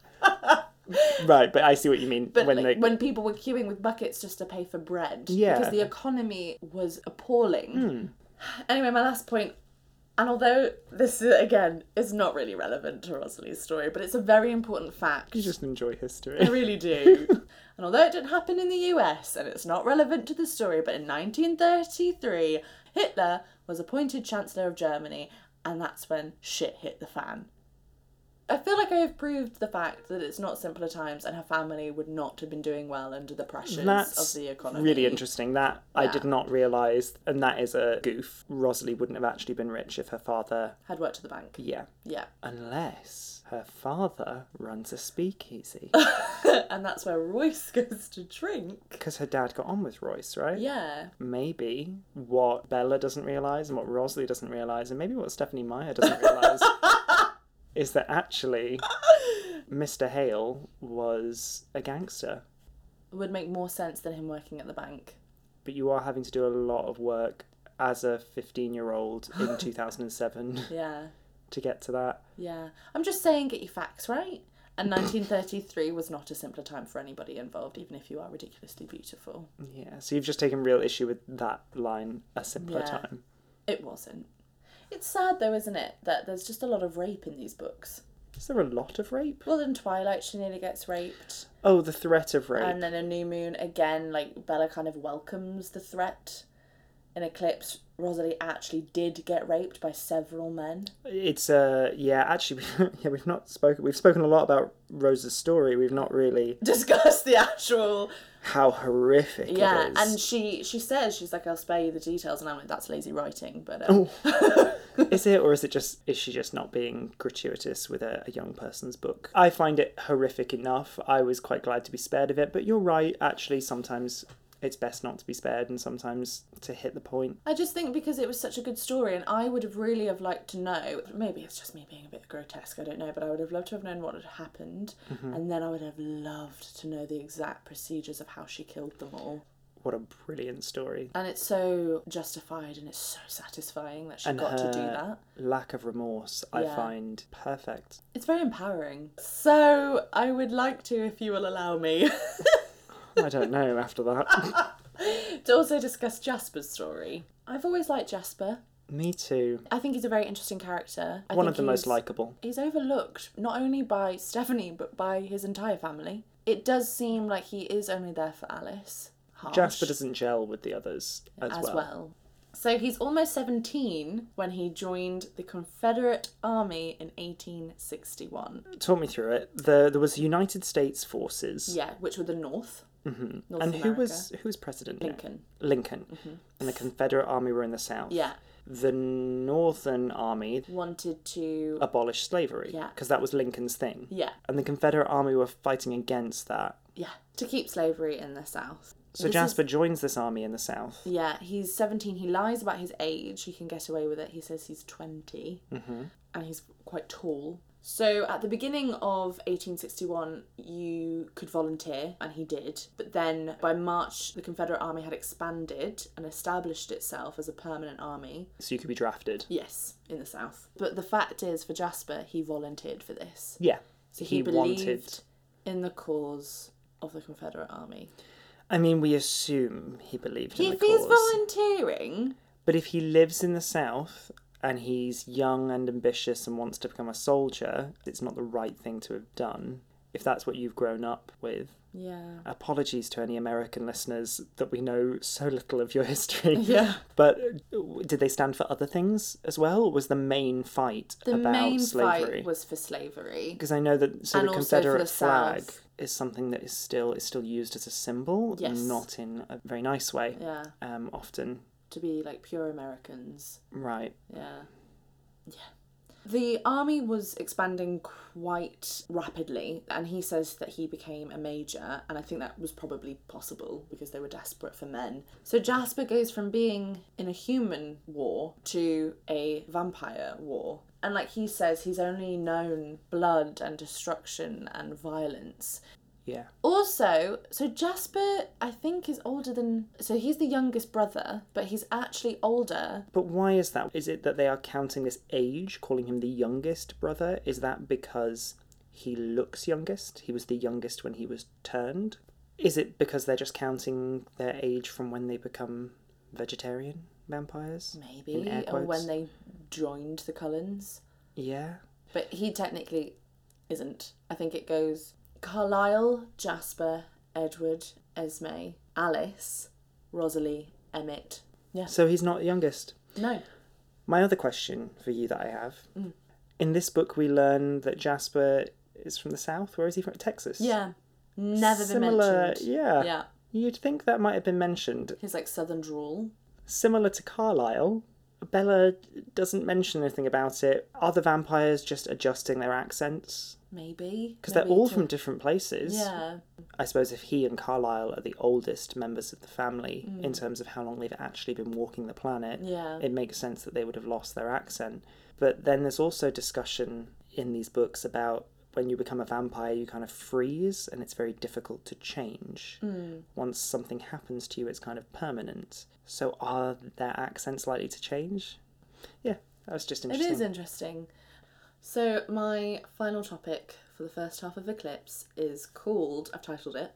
right, but I see what you mean But when like, they. when people were queuing with buckets just to pay for bread, Yeah. Hmm. because the economy was appalling. Anyway, my last point, and although this uh, again is not really relevant to Rosalie's story, but it's a very important fact. You just enjoy history. I really do. and although it didn't happen in the US and it's not relevant to the story, but in 1933, Hitler was appointed Chancellor of Germany, and that's when shit hit the fan. I feel like I have proved the fact that it's not simpler times and her family would not have been doing well under the pressures That's of the economy. really interesting. That I Yeah. did not realise, and that is a goof. Rosalie wouldn't have actually been rich if her father. Had worked at the bank. Yeah. Yeah. Unless her father runs a speakeasy. And that's where Royce goes to drink. Because her dad got on with Royce, right? Yeah. maybe what Bella doesn't realize and what Rosalie doesn't realize, and maybe what Stephanie Meyer doesn't realize, is that actually Mr. Hale was a gangster. Would make more sense than him working at the bank. But you are having to do a lot of work as a 15 year old in 2007 Yeah. to get to that. Yeah, I'm just saying, get your facts right. And 1933 was not a simpler time for anybody involved, even if you are ridiculously beautiful. Yeah, so you've just taken real issue with that line, a simpler Yeah. time. It wasn't. It's sad though, isn't it, that there's just a lot of rape in these books. Is there a lot of rape? Well, in Twilight, she nearly gets raped, Oh, the threat of rape. and then in New Moon again, like Bella kind of welcomes the threat. In Eclipse, Rosalie actually did get raped by several men. It's uh yeah actually yeah we've not spoken we've spoken a lot about Rose's story we've not really Discuss the actual how horrific yeah, it and is. she she says she's like, I'll spare you the details, and I'm like, that's lazy writing, but. Um, is it or is it just is she just not being gratuitous with a, a young person's book? I find it horrific enough. I was quite glad to be spared of it, but you're right, actually sometimes it's best not to be spared and sometimes to hit the point. I just think because it was such a good story, and I would have really have liked to know. Maybe it's just me being a bit grotesque. I don't know, but I would have loved to have known what had Mm-hmm. happened, and then I would have loved to know the exact procedures of how she killed them all. What a brilliant story. And it's so justified and it's so satisfying that she And got to do her that. Lack of remorse, Yeah. I find perfect. It's very empowering. So I would like to, if you will allow me, I don't know after that. to also discuss Jasper's story. I've always liked Jasper. Me too. I think he's a very interesting character. I One think of the most he's- likable. He's overlooked not only by Stephanie but by his entire family. It does seem like he is only there for Alice. Harsh. Jasper doesn't gel with the others as, as well. So he's almost 17 when he joined the Confederate Army in 1861. Talk me through it. The, there was United States forces. Yeah, which were the North. Mm-hmm. North And America. who was who was president? now? Lincoln? Lincoln. And the Confederate Army were in the South. Yeah, The Northern Army wanted to. abolished slavery. Yeah. Because that was Lincoln's thing. Yeah, And the Confederate Army were fighting against that. yeah, to keep slavery in the South. So This is- Jasper joins this army in the South. Yeah, he's 17. He lies about his age. He can get away with it. He says he's 20. Mm-hmm. And he's quite tall. So at the beginning of 1861, you could volunteer, and he did. But then by March, the Confederate Army had expanded and established itself as a permanent army. So you could be drafted. Yes, in the South. But the fact is, for Jasper, he volunteered for this. Yeah. So he, believed in the cause of the Confederate Army. I mean, we assume he believed in the If he's cause. volunteering, But if he lives in the South and he's young and ambitious and wants to become a soldier, it's not the right thing to have done. If that's what you've grown up with. yeah. Apologies to any American listeners that we know so little of your history. Yeah. But uh, did they stand for other things as well? Was the main fight The about main slavery? fight was for slavery. Because I know that so And the also for Confederate the flag South. is something that is still is still used as a symbol, Yes. not in a very nice way. Yeah, Um, often, to be like pure Americans. right? Yeah. Yeah. The army was expanding quite rapidly, and he says that he became a major, and I think that was probably possible because they were desperate for men. So Jasper goes from being in a human war to a vampire war. And like he says, he's only known blood and destruction and violence. Yeah. Also, so Jasper, I think, is older than. So he's the youngest brother, but he's actually older. But why is that? Is it that they are counting this age, calling him the youngest brother? Is that because he looks youngest? He was the youngest when he was turned. Is it because they're just counting their age from when they become vegetarian vampires? In Maybe, air or when quotes. they joined the Cullens. Yeah. But he technically isn't. I think it goes Carlisle, Jasper, Edward, Esme, Alice, Rosalie, Emmett. Yes. So he's not the youngest. No. My other question for you that I have Mm. in this book, we learn that Jasper is from the south. Where is he from? Texas. Yeah. Never been Similar- mentioned. yeah. Yeah. You'd think that might have been mentioned. He's like Southern drawl. Similar to Carlisle, Bella doesn't mention anything about it. Are the vampires just adjusting their accents? Maybe. Because they're Maybe all to- from different places. Yeah. I suppose if he and Carlisle are the oldest members of the family in terms of how long they've actually been walking the planet, Yeah. it makes sense that they would have lost their accent. But then there's also discussion in these books about when you become a vampire, you kind of freeze and it's very difficult to change. Hmm. Once something happens to you, it's kind of permanent. So are their accents likely to change? Yeah, that was just It interesting. is interesting. So, my final topic for the first half of Eclipse is called, I've titled it,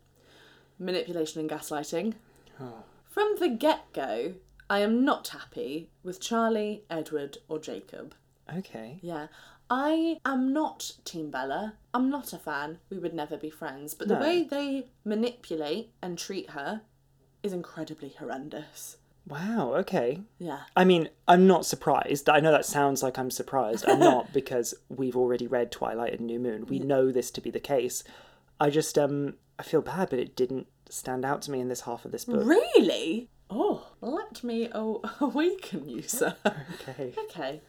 Manipulation and Gaslighting. Oh. From the get go, I am not happy with Charlie, Edward, or Jacob. Okay. Yeah. I am not Team Bella. I'm not a fan. We would never be friends. But the No. way they manipulate and treat her is incredibly horrendous. Wow, okay. Yeah. I mean, I'm not surprised. I know that sounds like I'm surprised. I'm not because we've already read Twilight and New Moon. We know this to be the case. I just um I feel bad, but it didn't stand out to me in this half of this book. Really? Oh, let me aw- awaken you, sir. Okay. Okay.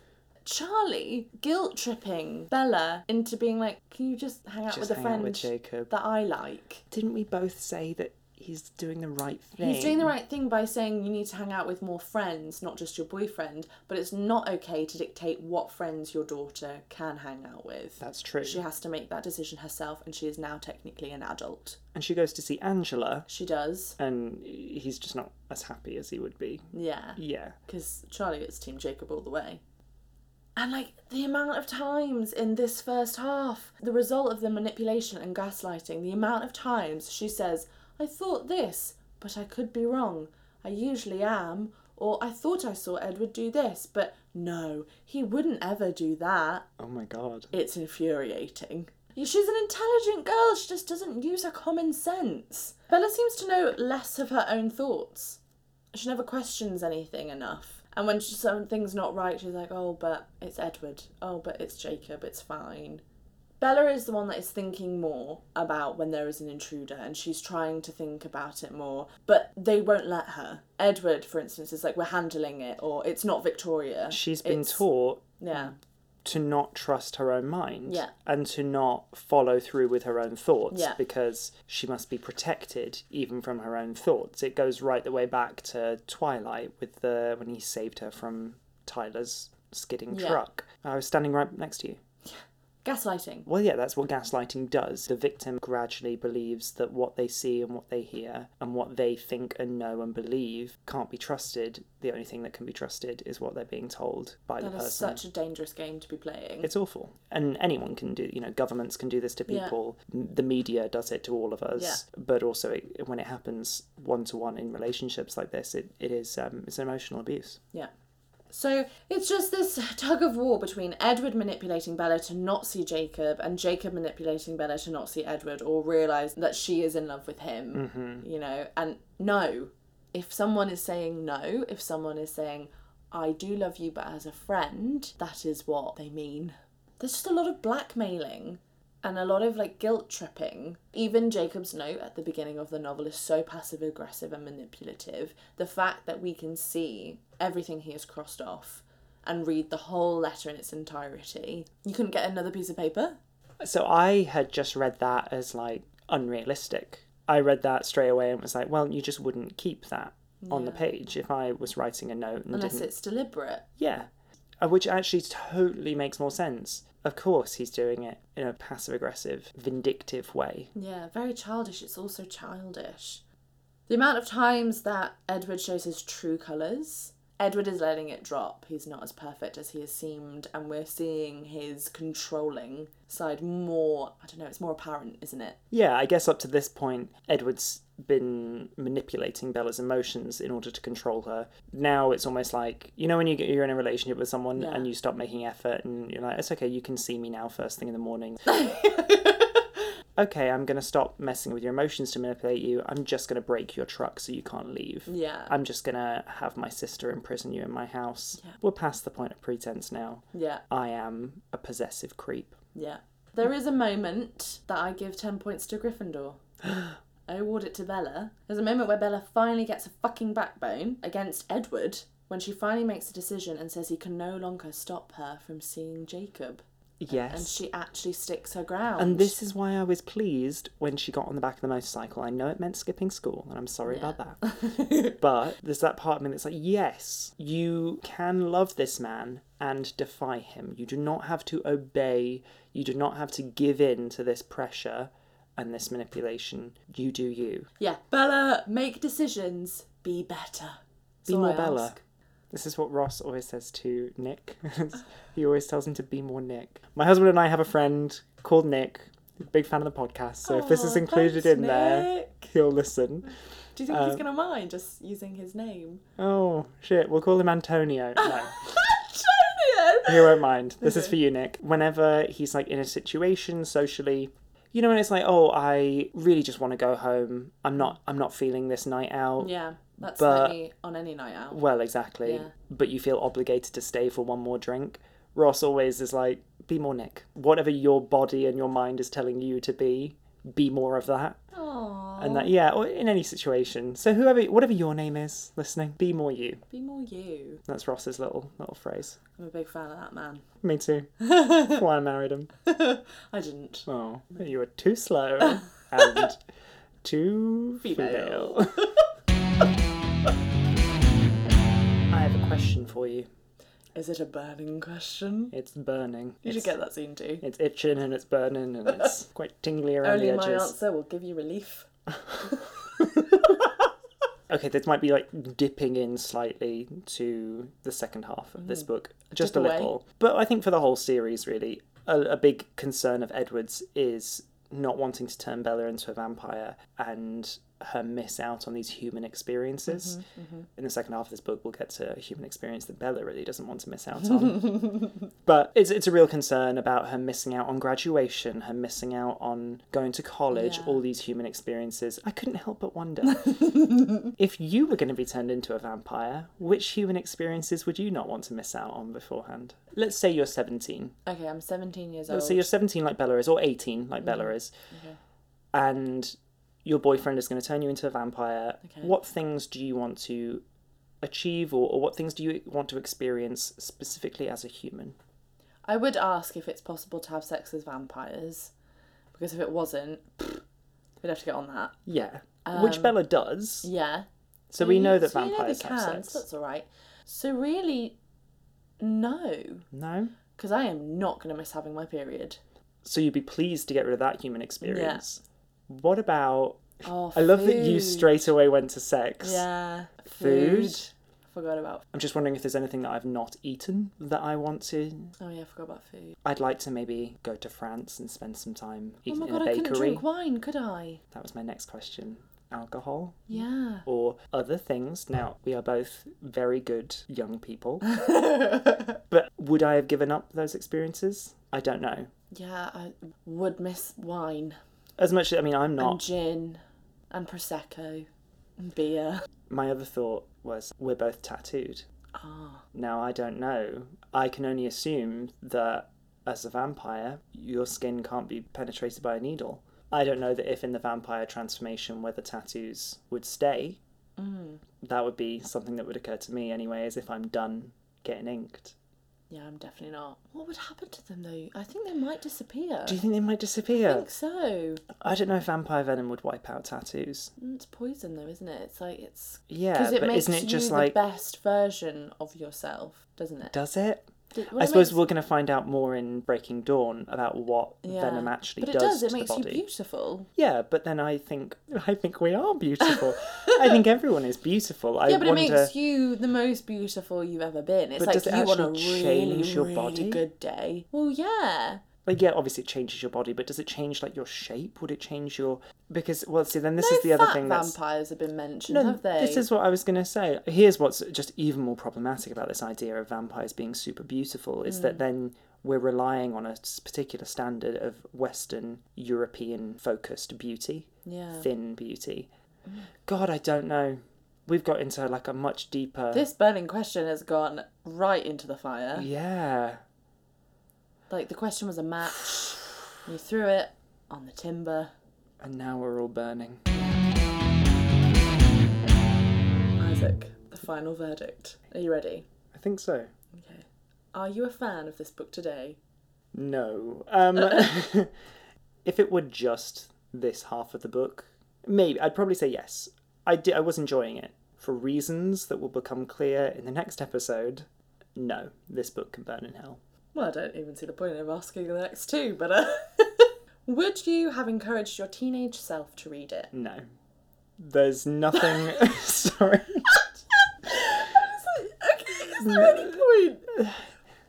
Charlie guilt tripping Bella into being like, can you just hang out Just with a hang friend out with Jacob. that I like? Didn't we both say that he's doing the right thing. He's doing the right thing by saying you need to hang out with more friends, not just your boyfriend, but it's not okay to dictate what friends your daughter can hang out with. That's true. She has to make that decision herself, and she is now technically an adult. and she goes to see Angela, She does. and he's just not as happy as he would be. Yeah. Yeah. Because Charlie is Team Jacob all the way. And like the amount of times in this first half, the result of the manipulation and gaslighting, the amount of times she says, I thought this, but I could be wrong. I usually am. Or I thought I saw Edward do this, but no, he wouldn't ever do that. Oh my god. It's infuriating. She's an intelligent girl, she just doesn't use her common sense. Bella seems to know less of her own thoughts. She never questions anything enough. And when she, something's not right, she's like, oh, but it's Edward. Oh, but it's Jacob, it's fine. Bella is the one that is thinking more about when there is an intruder and she's trying to think about it more, but they won't let her. Edward, for instance, is like, we're handling it, or it's not Victoria. She's been It's- taught Yeah. to not trust her own mind Yeah. and to not follow through with her own thoughts Yeah. because she must be protected even from her own thoughts. It goes right the way back to Twilight with the when he saved her from Tyler's skidding Yeah. truck. I was standing right next to you. Gaslighting. Well, yeah, that's what gaslighting does. The victim gradually believes that what they see and what they hear and what they think and know and believe can't be trusted. The only thing that can be trusted is what they're being told by the That person. is such a dangerous game to be playing. It's awful. And anyone can do, you know, governments can do this to Yeah. people. M- The media does it to all of us. But also, it, when it happens one to one in relationships like this, it, it is um, it's emotional abuse. Yeah. So it's just this tug of war between Edward manipulating Bella to not see Jacob and Jacob manipulating Bella to not see Edward or realize that she is in love with him, Mm-hmm. you know, and no. If someone is saying no, if someone is saying, I do love you, but as a friend, that is what they mean. There's just a lot of blackmailing and a lot of like guilt tripping. Even Jacob's note at the beginning of the novel is so passive aggressive and manipulative. The fact that we can see everything he has crossed off and read the whole letter in its entirety. You couldn't get another piece of paper? So I had just read that as like unrealistic. I read that straight away and was like, well, you just wouldn't keep that on the page if I was writing a note and Unless didn't. it's deliberate. Yeah. Uh, Which actually totally makes more sense. Of course, he's doing it in a passive aggressive, vindictive way. Yeah, very childish. It's also childish. The amount of times that Edward shows his true colours, Edward is letting it drop. He's not as perfect as he has seemed, and we're seeing his controlling side more. I don't know, it's more apparent, isn't it? Yeah, I guess up to this point, Edward's been manipulating Bella's emotions in order to control her. Now it's almost like you know when you get, you're in a relationship with someone Yeah. and you stop making effort and you're like, it's okay, you can see me now first thing in the morning. okay, I'm gonna stop messing with your emotions to manipulate you. I'm just gonna break your truck so you can't leave. Yeah. I'm just gonna have my sister imprison you in my house. We're past the point of pretense now. Yeah, I am a possessive creep. yeah. There is a moment that I give 10 points to Gryffindor. I award it to Bella. There's a moment where Bella finally gets a fucking backbone against Edward when she finally makes a decision and says he can no longer stop her from seeing Jacob. Yes. and she actually sticks her ground. And this is why I was pleased when she got on the back of the motorcycle. I know it meant skipping school, and I'm sorry about that. but there's that part of me that's like, yes, you can love this man and defy him. You do not have to obey, you do not have to give in to this pressure and this manipulation. You do you. yeah, Bella, make decisions, be better. That's Be all more I Bella. ask. This is what Ross always says to Nick. he always tells him to be more Nick. My husband and I have a friend called Nick, big fan of the podcast. So if this Aw, is included thanks, in there, um, Nick. he'll listen. Do you think he's gonna mind just using his name? Oh shit, we'll call him Antonio. No. Antonio. he won't mind. This is for you, Nick. Whenever he's like in a situation socially, you know, and it's like, oh, I really just want to go home. I'm not. I'm not feeling this night out. Yeah, that's But- any, on any night out. Well, exactly. Yeah. But you feel obligated to stay for one more drink. Ross always is like, be more Nick. Whatever your body and your mind is telling you to be, be more of that. Aww, And that, yeah, or in any situation. So whoever, whatever your name is, listening, be more you. be more you. That's Ross's little little phrase. I'm a big fan of that man. Me too. That's why I married him. I didn't. Oh, you were too slow and to Female. female. I have a question for you. Is it a burning question? It's burning. You it's, should get that scene too. It's itching and it's burning and it's quite tingly around Only the my edges. answer will give you relief. Okay, this might be like dipping in slightly to the second half of this book, just a Hmm. Dip away. little. But I think for the whole series, really, a, a big concern of Edward's is not wanting to turn Bella into a vampire and her miss out on these human experiences. Mm-hmm, In the second half of this book, we'll get to a human experience that Bella really doesn't want to miss out on. but it's, it's a real concern about her missing out on graduation, her missing out on going to college, Yeah. all these human experiences. I couldn't help but wonder. If you were going to be turned into a vampire, which human experiences would you not want to miss out on beforehand? Let's say you're 17. Okay, I'm 17 years old. Let's say you're 17 like Bella is, or 18 like Bella is, and your boyfriend is going to turn you into a vampire. What things do you want to achieve, or, or what things do you want to experience specifically as a human? I would ask if it's possible to have sex with vampires, because if it wasn't, we'd have to get on that. Yeah. which Bella does. Yeah. So we know that Um, So you vampires they have can, sex. So that's all right. So really, no, No? because I am not going to miss having my period. So you'd be pleased to get rid of that human experience. What about Oh, I love that you food. straight away went to sex. Yeah. Food. I forgot about. I'm just wondering if there's anything that I've not eaten that I want to. Oh yeah, I forgot about food. I'd like to maybe go to France and spend some time Oh eating my in god, a I couldn't bakery. drink wine, could I? That was my next question. Alcohol Yeah. or other things. Now, we are both very good young people. but would I have given up those experiences? I don't know. Yeah, I would miss wine As much as I mean, I'm and not. gin and prosecco and beer. My other thought was we're both tattooed. Ah, Now, I don't know. I can only assume that as a vampire, your skin can't be penetrated by a needle. I don't know that if in the vampire transformation whether tattoos would stay. Mm. That would be something that would occur to me anyway, as if I'm done getting inked. yeah, I'm definitely not. What would happen to them though? I think they might disappear. Do you think they might Uh, I disappear? think so. I don't know if vampire venom would wipe out tattoos. Mm, It's poison though, isn't it? It's like it's Yeah, because it but makes isn't it you just the like. best version of yourself, doesn't it? Does it? D- well, I it suppose makes- we're going to find out more in Breaking Dawn about what yeah. venom actually but it does, does. It to makes the you body. beautiful. Yeah, but then I think I think we are beautiful. I think everyone is beautiful. I Yeah, but wonder. it makes you the most beautiful you've ever been. It's But like does it you on a actually really, change your really body? good day. Well, yeah. Like, yeah, obviously it changes your body, but does it change like your shape? Would it change your? Because well, see, then this no is the other fat thing that's. vampires have been mentioned, No, have they? this is what I was going to say. Here's what's just even more problematic about this idea of vampires being super beautiful is Hmm. that then we're relying on a s- particular standard of Western European focused beauty. yeah. Mm. thin beauty. God, I don't know. We've got into like a much deeper. This burning question has gone right into the fire. Yeah. Like the question was a match. and You threw it on the timber. And now we're all burning. Isaac, the final verdict. Are you ready? I think so. Okay. Are you a fan of this book today? No. Um, if it were just this half of the book, maybe I'd probably say yes. I did. I was enjoying it for reasons that will become clear in the next episode. No, this book can burn in hell. Well, I don't even see the point of asking the next two, but uh, would you have encouraged your teenage self to read it? No. There's nothing. Sorry. okay, is there any point?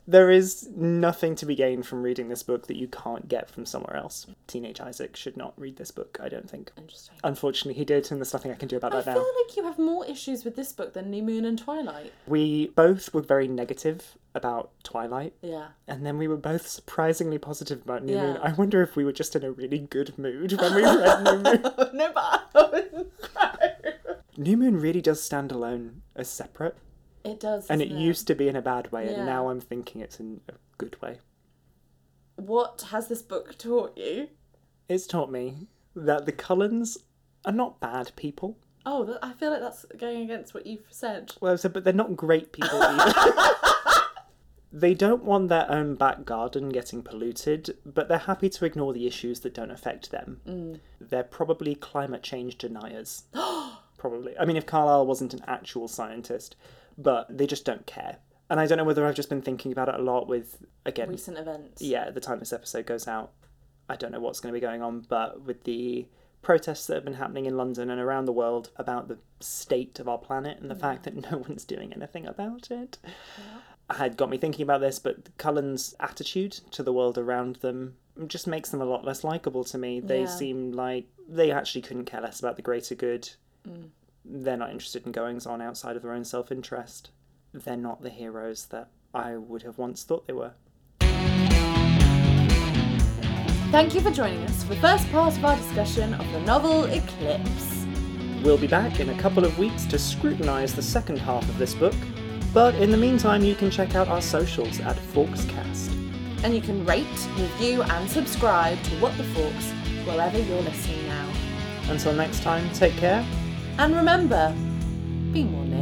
There is nothing to be gained from reading this book that you can't get from somewhere else. Teenage Isaac should not read this book, I don't think. Interesting. Unfortunately, he did, and there's nothing I can do about I that feel now. like you have more issues with this book than New Moon and Twilight. We both were very negative about Twilight, Yeah. and then we were both surprisingly positive about New Moon. Yeah. I wonder if we were just in a really good mood when we read New Moon. no, but New Moon really does stand alone as separate, it does. and it doesn't used to be in a bad way, Yeah. and now I'm thinking it's in a good way. What has this book taught you? It's taught me that the Cullens are not bad people. Oh, that, I feel like that's going against what you've said. Well, so, but they're not great people either. They don't want their own back garden getting polluted, but they're happy to ignore the issues that don't affect them. They're probably climate change deniers. probably. I mean, if Carlyle wasn't an actual scientist, but they just don't care. And I don't know whether I've just been thinking about it a lot with, again, Recent events. yeah, at the time this episode goes out, I don't know what's going to be going on, but with the protests that have been happening in London and around the world about the state of our planet and the fact that no one's doing anything about it, had got me thinking about this. But Cullen's attitude to the world around them just makes them a lot less likable to me. They Yeah. seem like they actually couldn't care less about the greater good. They're not interested in goings on outside of their own self interest. They're not the heroes that I would have once thought they were. Thank you for joining us for the first part of our discussion of the novel Eclipse. We'll be back in a couple of weeks to scrutinise the second half of this book, but in the meantime, you can check out our socials at ForksCast. And you can rate, review, and subscribe to What the Forks wherever you're listening now. Until next time, take care And remember, be more liberal.